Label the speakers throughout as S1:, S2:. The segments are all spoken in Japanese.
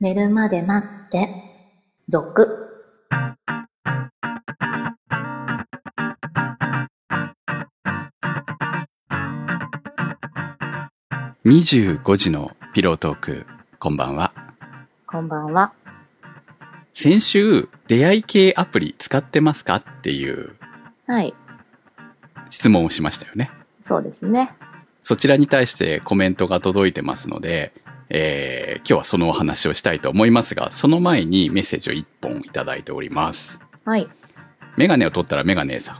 S1: 寝るまで待って、続。
S2: 25時のピロートーク、こんばんは。
S1: こんばんは。
S2: 先週、出会い系アプリ使ってますかっていう
S1: はい。
S2: 質問をしましたよね。
S1: そうですね。
S2: そちらに対してコメントが届いてますので、えー今日はそのお話をしたいと思いますが、その前にメッセージを1本いただいております。
S1: はい。
S2: メガネを取ったらメガネーさん。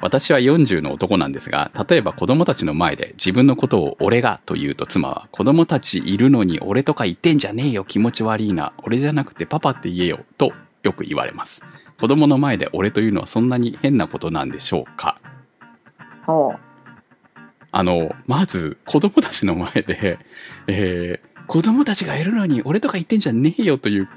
S2: 私は40の男なんですが、例えば子供たちの前で自分のことを俺がと言うと妻は、子供たちいるのに俺とか言ってんじゃねえよ気持ち悪いな、俺じゃなくてパパって言えよとよく言われます。子供の前で俺というのはそんなに変なことなんでしょうか
S1: おう。
S2: あの、まず、子供たちの前で、 えー、子供たちがいるのに俺とか言ってんじゃねえよという、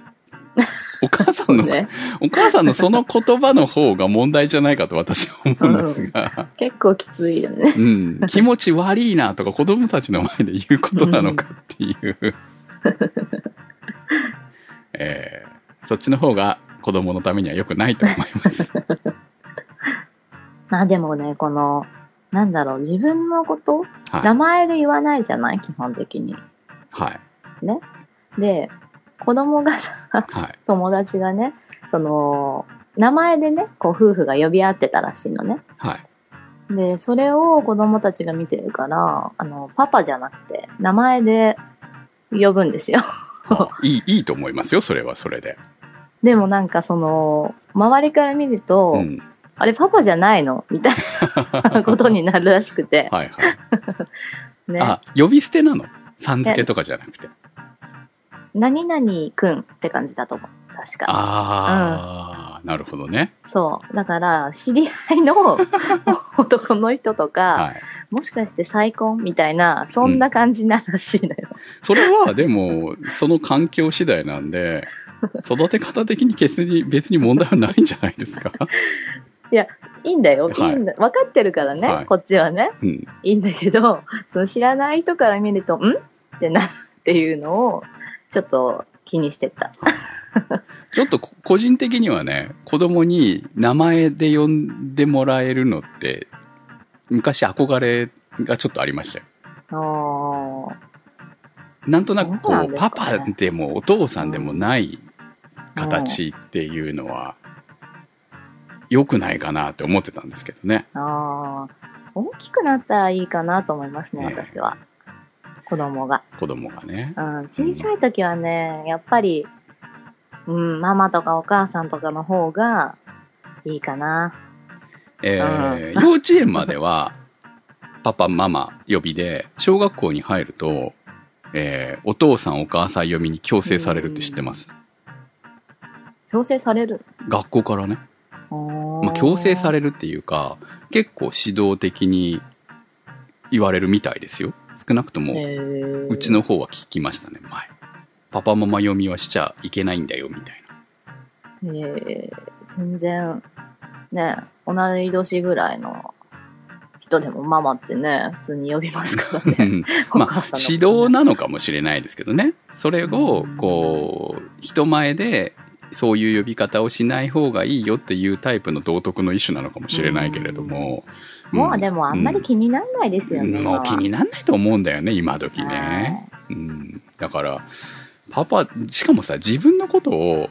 S2: お母さんの、
S1: ね。
S2: お母さんのその言葉の方が問題じゃないかと私は思うんですが、
S1: 結構きついよね。
S2: うん、気持ち悪いなとか子供たちの前で言うことなのかっていう、 えーそっちの方が子供のためには良くないと思います。
S1: まあでもね、この、なんだろう、自分のこと、名
S2: はい。
S1: 前で言わないじゃない基本的に。
S2: はい。
S1: で、子供がさ、
S2: はい。
S1: 友達がね、その、名前でね、こう夫婦が呼び合ってたらしいのね。
S2: はい。
S1: で、それを子供たちが見てるから、あの、パパじゃなくて、名前で呼ぶんですよ。
S2: いい、いいと思いますよ、それはそれで。
S1: でもなんかその、周りから見ると、
S2: うん。
S1: あれパパじゃないのみたいなことになるらしくて。
S2: はいはい。
S1: ね。
S2: あ、呼び捨てなのさん付けとかじゃなくて。
S1: 何々くんって感じだと思う。確か。
S2: ああ、なるほどね。
S1: そう。だから、知り合いの男の人とか、
S2: はい。
S1: もしかして再婚みたいな、そんな感じならしいのよ。
S2: それはでも、その環境次第なんで、育て方的に別に別に問題はないんじゃないで すか。
S1: いいんだよ。
S2: はい
S1: いいんだ。分かってるからね、
S2: はい
S1: こっちはね。
S2: うん。
S1: いいんだけど、その知らない人から見ると、んってなるっていうのを、ちょっと気にしてた。
S2: ちょっとこ個人的にはね、子供に名前で呼んでもらえるのって、昔憧れがちょっとありましたよ。
S1: おー
S2: なんとなく
S1: そう
S2: こ
S1: な
S2: う、
S1: んですか
S2: パ
S1: ね
S2: パでもお父さんでもない形っていうのは、良くないかなって思ってたんですけどね。
S1: あー大きくなったらいいかなと思いますね、
S2: ね
S1: 私は。子供が。
S2: 子供がね。
S1: うん、小さい時はね、やっぱり、うん、ママとかお母さんとかの方がいいかな。
S2: えー
S1: う
S2: 幼稚園までは、パパ、ママ呼びで、小学校に入ると、えーお父さん、お母さん呼びに強制されるって知ってます。
S1: 強制される。
S2: 学校からね。まあ、強制されるっていうか、結構指導的に言われるみたいですよ。少なくとも、
S1: え
S2: うちの方は聞きましたね、前。パパ、ママ読みはしちゃいけないんだよ、みたいな。
S1: えー全然ね同い年ぐらいの人でもママってね普通に呼びますからね
S2: うん
S1: お
S2: ま
S1: 母
S2: あ
S1: さん、
S2: 指
S1: のこと
S2: 導
S1: ね
S2: なのかもしれないですけどね。それを
S1: うん、
S2: こう、人前で、そういう呼び方をしない方がいいよっていうタイプの道徳の一種なのかもしれないけれども。
S1: もうでもあんまり
S2: 気
S1: 気にならないですよね、
S2: もう気にならないと思うんだよね、今時
S1: 今は
S2: ね。うん。だから、パパ、しかもさ、自分のことを、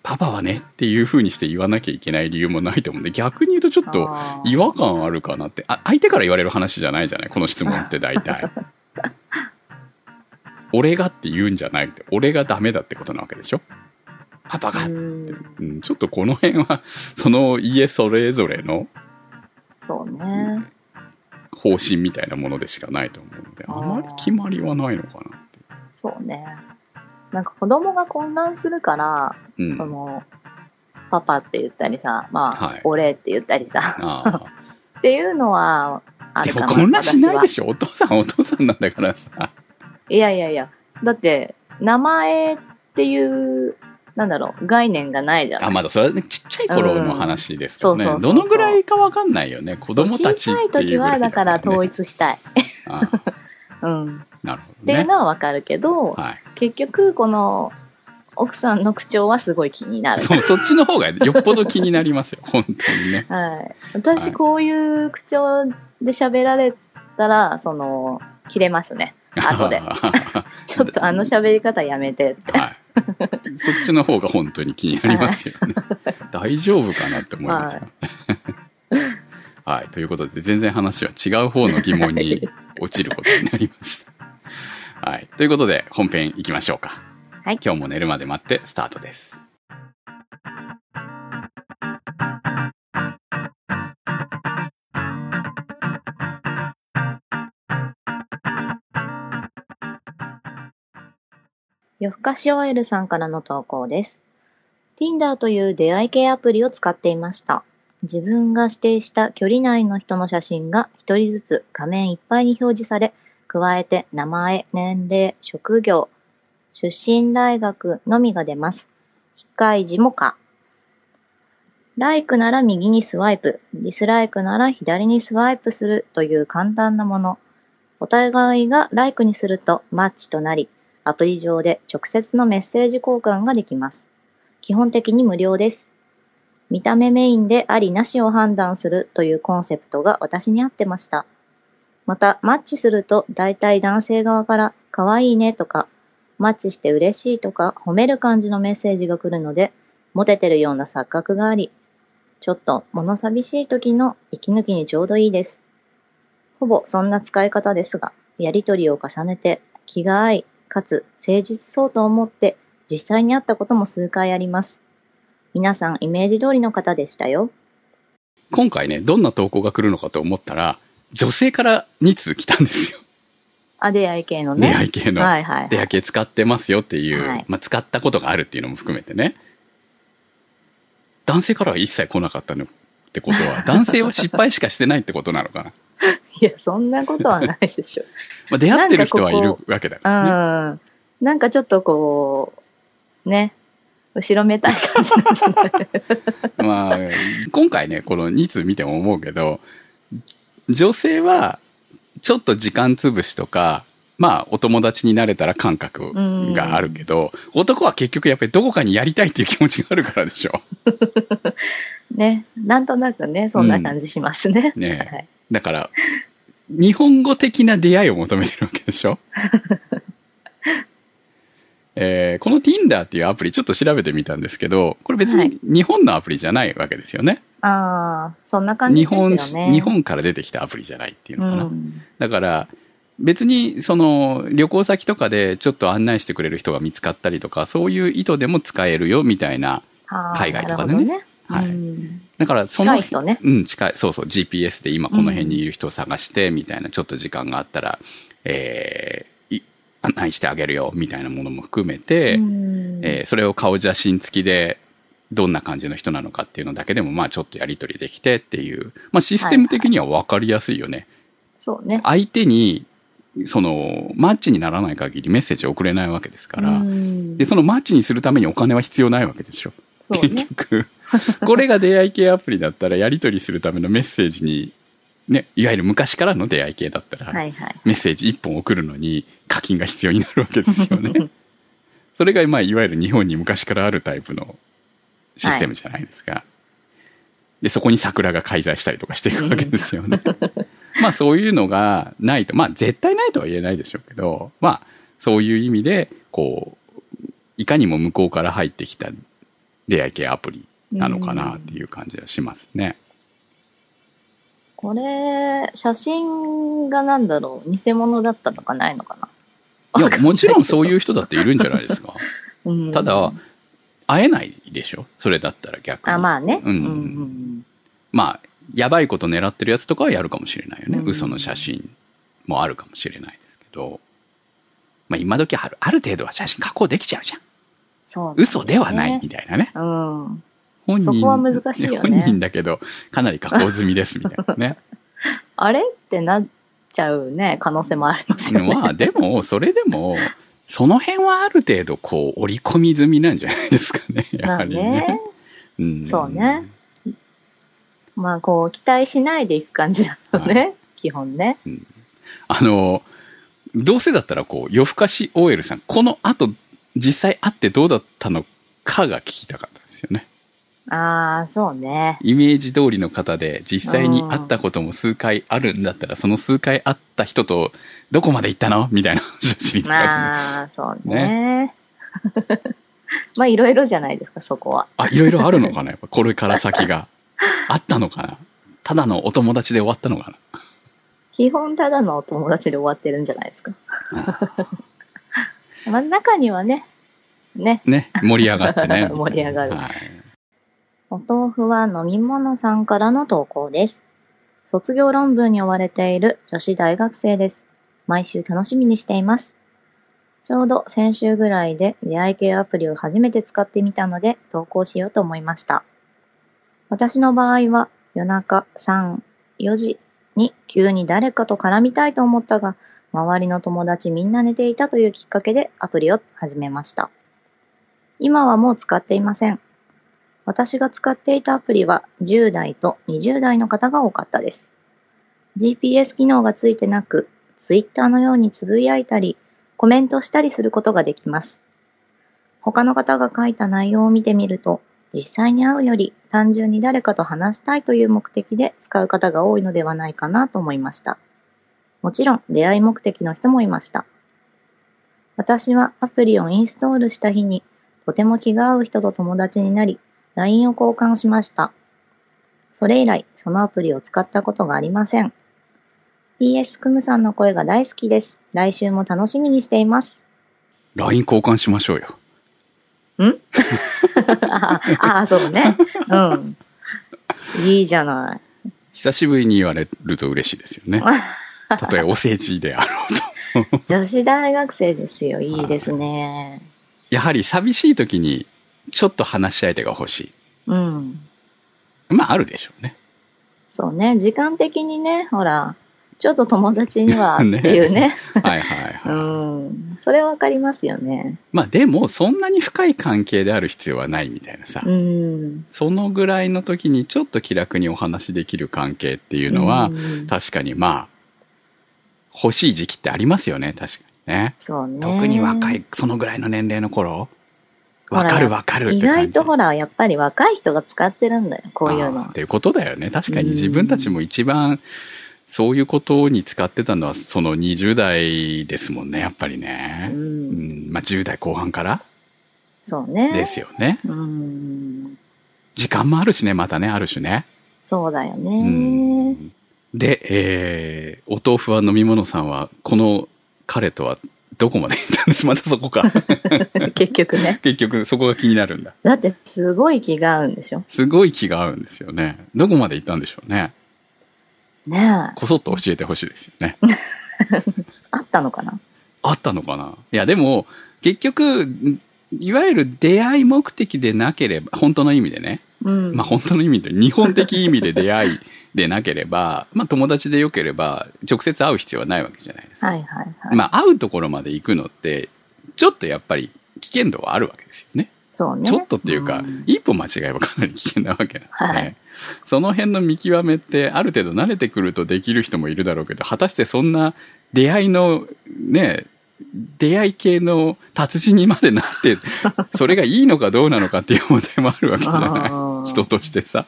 S2: パパはねっていう風にして言わなきゃいけない理由もないと思うんで、逆に言うとちょっ
S1: はい
S2: と
S1: あー
S2: 違和感あるかなって、あ相手から言われる話じゃないじゃないこの質問って大 体。俺がって言うんじゃなくて、俺がダメだってことなわけでしょパパが、
S1: う
S2: うんちょっとこの辺は、 その家それぞれの
S1: そうね
S2: 方針みたいなものでしかないと思うので、あまり決まりはないのかなって。
S1: そうねなんか子供が混乱するから、
S2: うん。
S1: そのパパって言ったりさまあ、
S2: はい
S1: 俺って言ったりさ
S2: ああ。
S1: っていうのはあ
S2: で
S1: るか
S2: も
S1: な
S2: 混乱しな
S1: 私
S2: い
S1: は
S2: でしょお父さんお父さんなんだからさ。
S1: いやいやいや、だって、名前っていう、なんだろう、概念がないじゃ
S2: あ、
S1: ん。
S2: まだそれはね、ちっちゃい頃の話ですからね。
S1: うんそうそうそうそ
S2: ど
S1: う
S2: のぐらいかわかんないよね。子供たち
S1: 小さい
S2: ってい
S1: 時
S2: うぐら
S1: は、
S2: い
S1: だから
S2: ね
S1: 統一したい。
S2: ああ
S1: うん。っ
S2: なるほど
S1: ていう
S2: ね。
S1: のはわかるけど、
S2: はい。
S1: 結局、この、奥さんの口調はすごい気になる。
S2: そう、そっちの方が よっぽど気になりますよ。本当にね。
S1: はい。
S2: はい
S1: 私、こういう口調で喋られたら、その、切れますね。後で。
S2: は
S1: ちょっとあの喋り方やめてって。
S2: い。そっちの方が本当に気になりますよ ね。大丈夫かなって思いますよ。はい。ということで、全然話は違う方の疑問に落ちることになりました。はい。ということで、本編行きましょうか。
S1: はい
S2: 今日も寝るまで待って、スタートです。
S1: 夜更かし OL さんからの投稿です。Tinder という出会い系アプリを使っていました。自分が指定した距離内の人の写真が一人ずつ画面いっぱいに表示され、加えて名前、年齢、職業、出身大学のみが出ます。非開示もか。ライクなら右にスワイプ、ディスライクなら左にスワイプするという簡単なもの。お互いがライクにするとマッチとなり、アプリ上で直接のメッセージ交換ができます。基本的に無料です。見た目メインでありなしを判断するというコンセプトが私に合ってました。また、マッチすると大体男性側から可愛いねとか、マッチして嬉しいとか褒める感じのメッセージが来るので、モテてるような錯覚があり、ちょっと物寂しい時の息抜きにちょうどいいです。ほぼそんな使い方ですが、やりとりを重ねて気が合い、かつ誠実そうと思って実際に会ったことも数回あります。皆さんイメージ通りの方でしたよ。
S2: 今回ね、どんな投稿が来るのかと思ったら、女性から2通来たんですよ。
S1: あ、出会い系のね。
S2: 出会い系の。
S1: はいはい。
S2: 出会い系使ってますよっていう、
S1: はい
S2: まあ、使ったことがあるっていうのも含めてね男性からは一切来なかったのってこと は男性は失敗しかしてないってことなのかな、
S1: いや、そんなことはないで しょ。
S2: まあ、出会ってる人は
S1: ないんか
S2: る
S1: ここ
S2: わけだか
S1: う
S2: らね
S1: ん。なんかちょっとこう、ね、後ろめたい感じなんじゃない
S2: まあ今回ねこの2通見ても思うけど女性はちょっと時間つぶしとかまあお友達になれたら感覚があるけど男は結局やっぱりどこかにやりたいっていう気持ちがあるからでしょ
S1: ね、なんとなくね、そんな感じしますね。
S2: ねえ
S1: はい。
S2: だから、日本語的な出会いを求めてるわけでし ょえーこの Tinder っていうアプリちょっと調べてみたんですけど、これ別
S1: はい
S2: に日本のアプリじゃないわけですよね。
S1: ああ、そんな感じで
S2: 日
S1: すよ
S2: 本
S1: ね。
S2: し、日本から出てきたアプリじゃないっていう
S1: う
S2: のかな。
S1: ん。
S2: だから、別にその旅行先とかでちょっと案内してくれる人が見つかったりとか、そういう意図でも使えるよみたいな。
S1: あー
S2: 海外とかで
S1: な
S2: ね
S1: るほど
S2: はい
S1: ね。うん
S2: だからそ
S1: 近
S2: の
S1: い人ね。
S2: うん、近い。そうそう。GPS で今この辺にいる人を探して、みたいな、ちょっと時間があったら、えーい案内してあげるよ、みたいなものも含めて、
S1: うん
S2: えーそれを顔写真付きで、どんな感じの人なのかっていうのだけでも、まあちょっとやり取りできてっていう、まあシステム的には分かりやすいよね。
S1: そうね。
S2: 相手に、その、マッチにならない限りメッセージを送れないわけですから、
S1: うん
S2: で、そのマッチにするためにお金は必要ないわけでしょ。
S1: そう
S2: 結
S1: ね。
S2: 局、これが出会い系アプリだったら、やり取りするためのメッセージに、ね、いわゆる昔からの出会い系だったら、
S1: はいはい。
S2: メッセージ1本送るのに課金が必要になるわけですよね。 それが、まあ、いわゆる日本に昔からあるタイプのシステムじゃないですか。で、そこに桜が介在したりとかしていくわけですよ ね。まあ、そういうのがないと、まあ、絶対ないとは言えないでしょうけど、まあ、そういう意味で、こう、いかにも向こうから入ってきた出会い系アプリなのかなっていう感じはしますね。
S1: これ、写真がなんだろう、偽物だったとかないのかな。
S2: いや、もちろんそういう人だっているんじゃないですか。
S1: うん
S2: ただ、会えないでしょそれだったら逆に。
S1: あ、まあね。
S2: うん
S1: うんうん
S2: まあ、やばいこと狙ってるやつとかはやるかもしれないよね。
S1: うん
S2: 嘘の写真もあるかもしれないですけど。まあ、今時ある、ある程度は写真加工できちゃうじゃん。
S1: そう、ね。
S2: 嘘ではないみたいなね。
S1: うん。
S2: 本人
S1: そこは難しいよね
S2: 本人だけど、かなり加工済みですみたいな ね。
S1: あれってなっちゃうね、可能性もありますよね。
S2: まあ、でも、それでも、その辺はある程度、こう、織り込み済みなんじゃないですかね。やはりね。
S1: まあね
S2: うん
S1: そうね。まあ、こう、期待しないでいく感じだよね。基本ね。
S2: あの、どうせだったらこう、夜更かし OL さん、この後、実際会ってどうだったのかが聞きたかったですよね。
S1: ああ、そうね。
S2: イメージ通りの方で、実際に会ったことも数回あるんだったら、その数回会った人と、どこまで行ったのみたいな話を知りたいですね。
S1: まあ、そうね。 まあ、いろいろじゃないですか、そこは。
S2: あ、いろいろあるのかなやっぱこれから先が。あったのかなただのお友達で終わったのか
S1: 基本ただのお友達で終わってるんじゃないですか。
S2: な
S1: まあ、中にはね、ね、。
S2: ね、盛り上がってね
S1: 盛り上がる
S2: はい。
S1: お豆腐は飲み物さんからの投稿です。卒業論文に追われている女子大学生です。毎週楽しみにしています。ちょうど先週ぐらいで出会い系アプリを初めて使ってみたので投稿しようと思いました。私の場合は夜中3、4時に急に誰かと絡みたいと思ったが、周りの友達みんな寝ていたというきっかけでアプリを始めました。今はもう使っていません。私が使っていたアプリは10代と20代の方が多かったです。GPS 機能がついてなく、Twitter のようにつぶやいたり、コメントしたりすることができます。他の方が書いた内容を見てみると、実際に会うより単純に誰かと話したいという目的で使う方が多いのではないかなと思いました。もちろん出会い目的の人もいました。私はアプリをインストールした日に、とても気が合う人と友達になり、LINE を交換しました。それ以来、そのアプリを使ったことがありません。PS クムさんの声が大好きです。来週も楽しみにしています。
S2: LINE 交換しましょうよ。
S1: ああ、そうね。 うん。いいじゃない。
S2: 久しぶりに言われると嬉しいですよ ね。たとえお世辞であろうと。
S1: 女子大学生ですよ。いいですね。
S2: やはり寂しい時に、ちょっと話し相手が欲し
S1: うん。
S2: い。まあ、あるでしょうね。
S1: そうね。時間的にね、ほら、ちょっと友達にはっていう ね。
S2: はいはいは
S1: う
S2: い。
S1: ん。それわかりますよね。
S2: まあ、でも、そんなに深い関係である必要はないみたいなさ。
S1: うん。
S2: そのぐらいの時にちょっと気楽にお話しできる関係っていうのは、
S1: うん
S2: 確かにまあ、欲しい時期ってありますよね、確かにね。
S1: そうね。
S2: 特に若い、そのぐらいの年齢の頃、
S1: ほ
S2: わ
S1: ら
S2: かるわかるっ
S1: 意
S2: て感じ。
S1: 外とほら、やっぱり若い人が使ってるんだよ、こういう
S2: あー
S1: の
S2: っ。ていうことだよね。確かに
S1: うん
S2: 自分たちも一番、そういうことに使ってたのは、その20代ですもんね、やっぱりね
S1: う。、
S2: うんん、まあ10代後半から
S1: そうね。
S2: ですよね。
S1: うん。
S2: 時間もあるしね、またね、ある種ね。
S1: そうだよ
S2: う
S1: ね。
S2: んで、えー、お豆腐は飲み物さんは、この彼とはどこまで行ったんですま たそ こか。
S1: 結局ね。
S2: 結局、そこが気になるんだ。
S1: だって、すごい気が合うんでしょ。
S2: すごい気が合うんですよね。どこまで行ったんでしょうね。
S1: ねえ。
S2: こそっと教えてほしいですよね。
S1: あったのかな
S2: あったのかないや、でも、結局、んいわゆる出会い目的でなければ、本当の意味でね。
S1: うん。
S2: まあ本当の意味で、日本的意味で出会いでなければ、まあ友達でよければ、直接会う必要はないわけじゃないですか。
S1: はいはいはい。
S2: まあ、会うところまで行くのって、ちょっとやっぱり危険度はあるわけですよね。
S1: そうね。
S2: ちょっとっていうか、
S1: ん
S2: 一歩間違えばかなり危険なわけなんで、
S1: はい
S2: その辺の見極めって、ある程度慣れてくるとできる人もいるだろうけど、果たしてそんな出会いの、ね、出会い系の達人にまで なって、それがいいのかどうなのかっていう問題もあるわけじゃ
S1: あ
S2: ない。
S1: ー
S2: 人としてさ。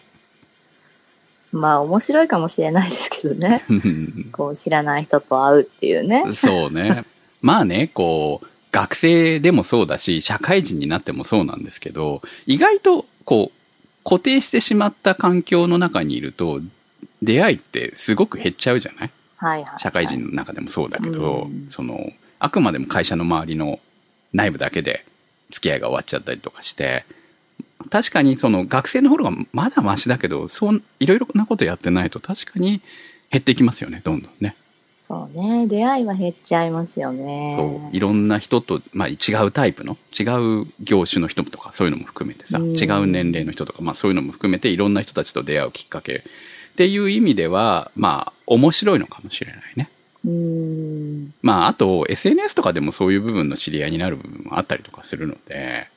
S1: まあ、面白いかもしれないですけど ね。
S2: うん
S1: こう、知らない人と会うっていうね。
S2: そうね。まあね、こう、学生でもそうだし、社会人になってもそうなんですけど、意外と、こう、固定してしまった環境の中にいると、出会いってすごく減っちゃうじゃない
S1: はいはい。
S2: 社会人。の中でもそうだけど、
S1: うん
S2: その、あくまでも会社の周りの内部だけで付き合いが終わっちゃったりとかして、確かにその学生の頃がまだマシだけど、そう、いろいろなことやってないと確かに減っていきますよね、どんどんね。
S1: そうね。出会いは減っちゃいますよね。
S2: そういろんな人と、まあ、違うタイプの違う業種の人とかそういうのも含めてさ、
S1: うん
S2: 違う年齢の人とか、まあ、そういうのも含めていろんな人たちと出会うきっかけっていう意味ではまあ面白いのかもしれないね。
S1: うん。
S2: まあ、あと SNS とかでもそういう部分の知り合いになる部分もあったりとかするので、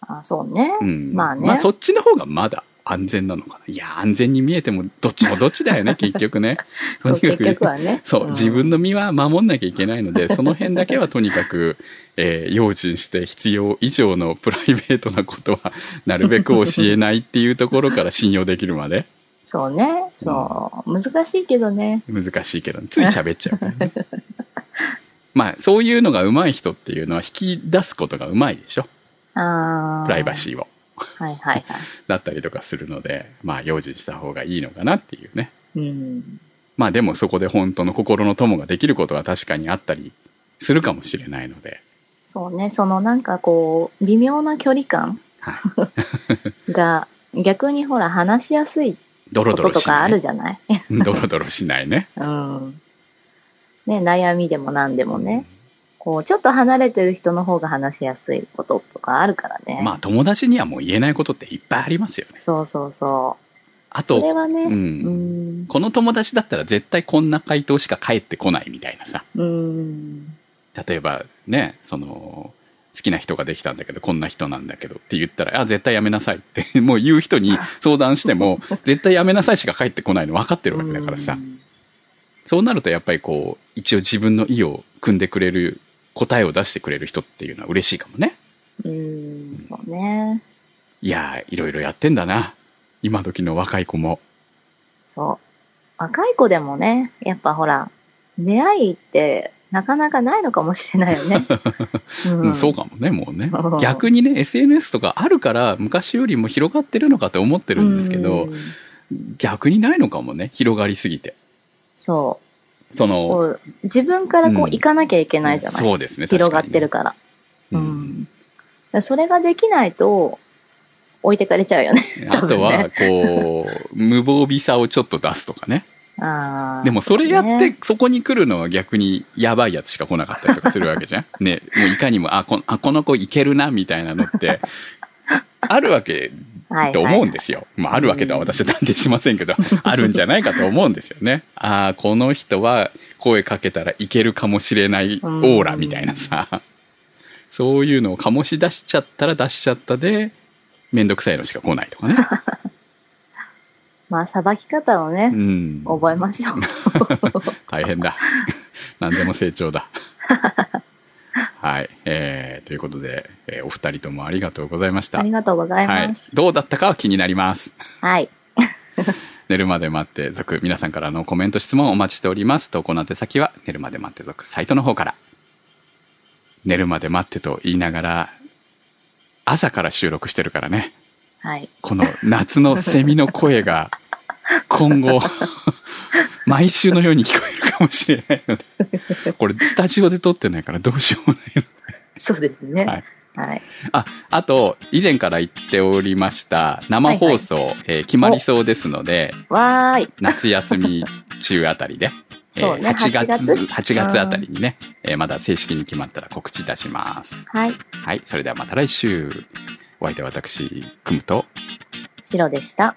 S1: あ、そうね。
S2: うん
S1: まあね
S2: まあそっちの方がまだ安全なのかな。いや、安全に見えても、どっちもどっち だよね、結局ね。とにか
S1: 結
S2: く、
S1: 局はね。
S2: そう、
S1: ん
S2: 自分の身は守んなきゃいけないの で、その辺だけはとにかく、えー用心して必要以上のプライベートなことは、なるべく教えないっていうところから信用できるまで、
S1: そうね。そう。難しいけどね。
S2: 難しいけど、つい喋っちゃうから ね。まあ、そういうのが上手い人っていうのは引き出すことが上手いでしょ。
S1: ああ。
S2: プライバシーを。
S1: はいはいはい。
S2: だったりとかするので、まあ、用心した方がいいのかなっていうね。
S1: うん。
S2: まあ、でもそこで本当の心の友ができることは確かにあったりするかもしれないので。
S1: そうね。そのなんかこう、微妙な距離感
S2: はい
S1: が、逆にほら話しやすい
S2: ドロ
S1: こ
S2: ド
S1: と
S2: ロ
S1: と
S2: しない。
S1: かあるじゃない
S2: ドロドロしないね。
S1: うん。ね、悩みでも何でもね。こう、ちょっと離れてる人の方が話しやすいこととかあるからね。
S2: まあ友達にはもう言えないことっていっぱいありますよね。
S1: そうそうそう。
S2: あ
S1: それ
S2: と、
S1: はね、
S2: う、
S1: うんん。
S2: この友達だったら絶対こんな回答しか返ってこないみたいなさ。
S1: うん。
S2: 例えばね、その、好きな人ができたんだけど、こんな人なんだけどって言ったら、あ、絶対やめなさいって、 もう言う人に相談し ても、絶対やめなさいしか返ってこないの分かってるわけだからさ
S1: う。ん
S2: そうなるとやっぱりこう、一応自分の意を組んでくれる、答えを出してくれる人っていうのは嬉しいかもね。
S1: うん、そうね。
S2: いやー、いろいろやってんだな。今時の若い子も。
S1: そう。若い子でもね、やっぱほら、出会いってなかなかないのかもしれないよね。
S2: うん、そう
S1: か。
S2: かもね、も うね
S1: う。ん
S2: 逆にね、SNS とかあるから昔よりも広がってるのかと思ってるんですけど
S1: う、ん。
S2: 逆にないのかもね、広がりすぎて。
S1: そ。
S2: そうの、
S1: こう自分からこう
S2: うん
S1: 行かなきゃいけないじゃない、
S2: そうですね、
S1: 広がってるから。
S2: 確かにね。
S1: うんだからそれができないと、置いてかれちゃうよね。
S2: うんあとは、こう、無防備さをちょっと出すとかね。
S1: ああ。
S2: でもそれやっ
S1: そう
S2: て
S1: ね、
S2: そこに来るのは逆にやばいやつしか来なかったりとかするわけじゃん。ね、もういかにも、あ、こあこの子いけるな、みたいな のって、あるわけ
S1: はい、
S2: と思うんですよ。まあ、あるわけでは私は断定しません けど、あるんじゃないかと思うんですよね。ああ、この人は声かけたらいけるかもしれないオーラみたいなさ、そういうのを醸し出しちゃったら出しちゃったで、めんどくさいのしか来ないとかね。
S1: まあ、さばき方をね
S2: う、ん。
S1: 覚えましょう。
S2: 大 変だ。何でも成長だ。はい。えー、ということで、えーお二人ともありがとうございました。
S1: ありがとうござい
S2: はい
S1: ま。す。
S2: どうだったかは気になります。
S1: はい。
S2: 寝るまで待って族、皆さんからのコメント、質問をお待ちしております。投稿の宛先は、寝るまで待って族サイトの方から。寝るまで待ってと言いながら、朝から収録してるからね。
S1: はい。
S2: この夏のセミの声が、今後、毎週のように聞こえるかもしれないので、これスタジオで撮ってないからどうしようもない。
S1: そうですね。
S2: はい
S1: はい。
S2: あ、あと、以前から言っておりました、生放送、えー決まりそうですので、
S1: わーい。
S2: 夏休み中あたりで、え
S1: そうね
S2: 8
S1: 8
S2: 月、
S1: 月
S2: 8月あたりにね、えーまだ正式に決まったら告知いたします。
S1: はい。
S2: はい、それではまた来週。お相手は私、くむと、
S1: 白でした。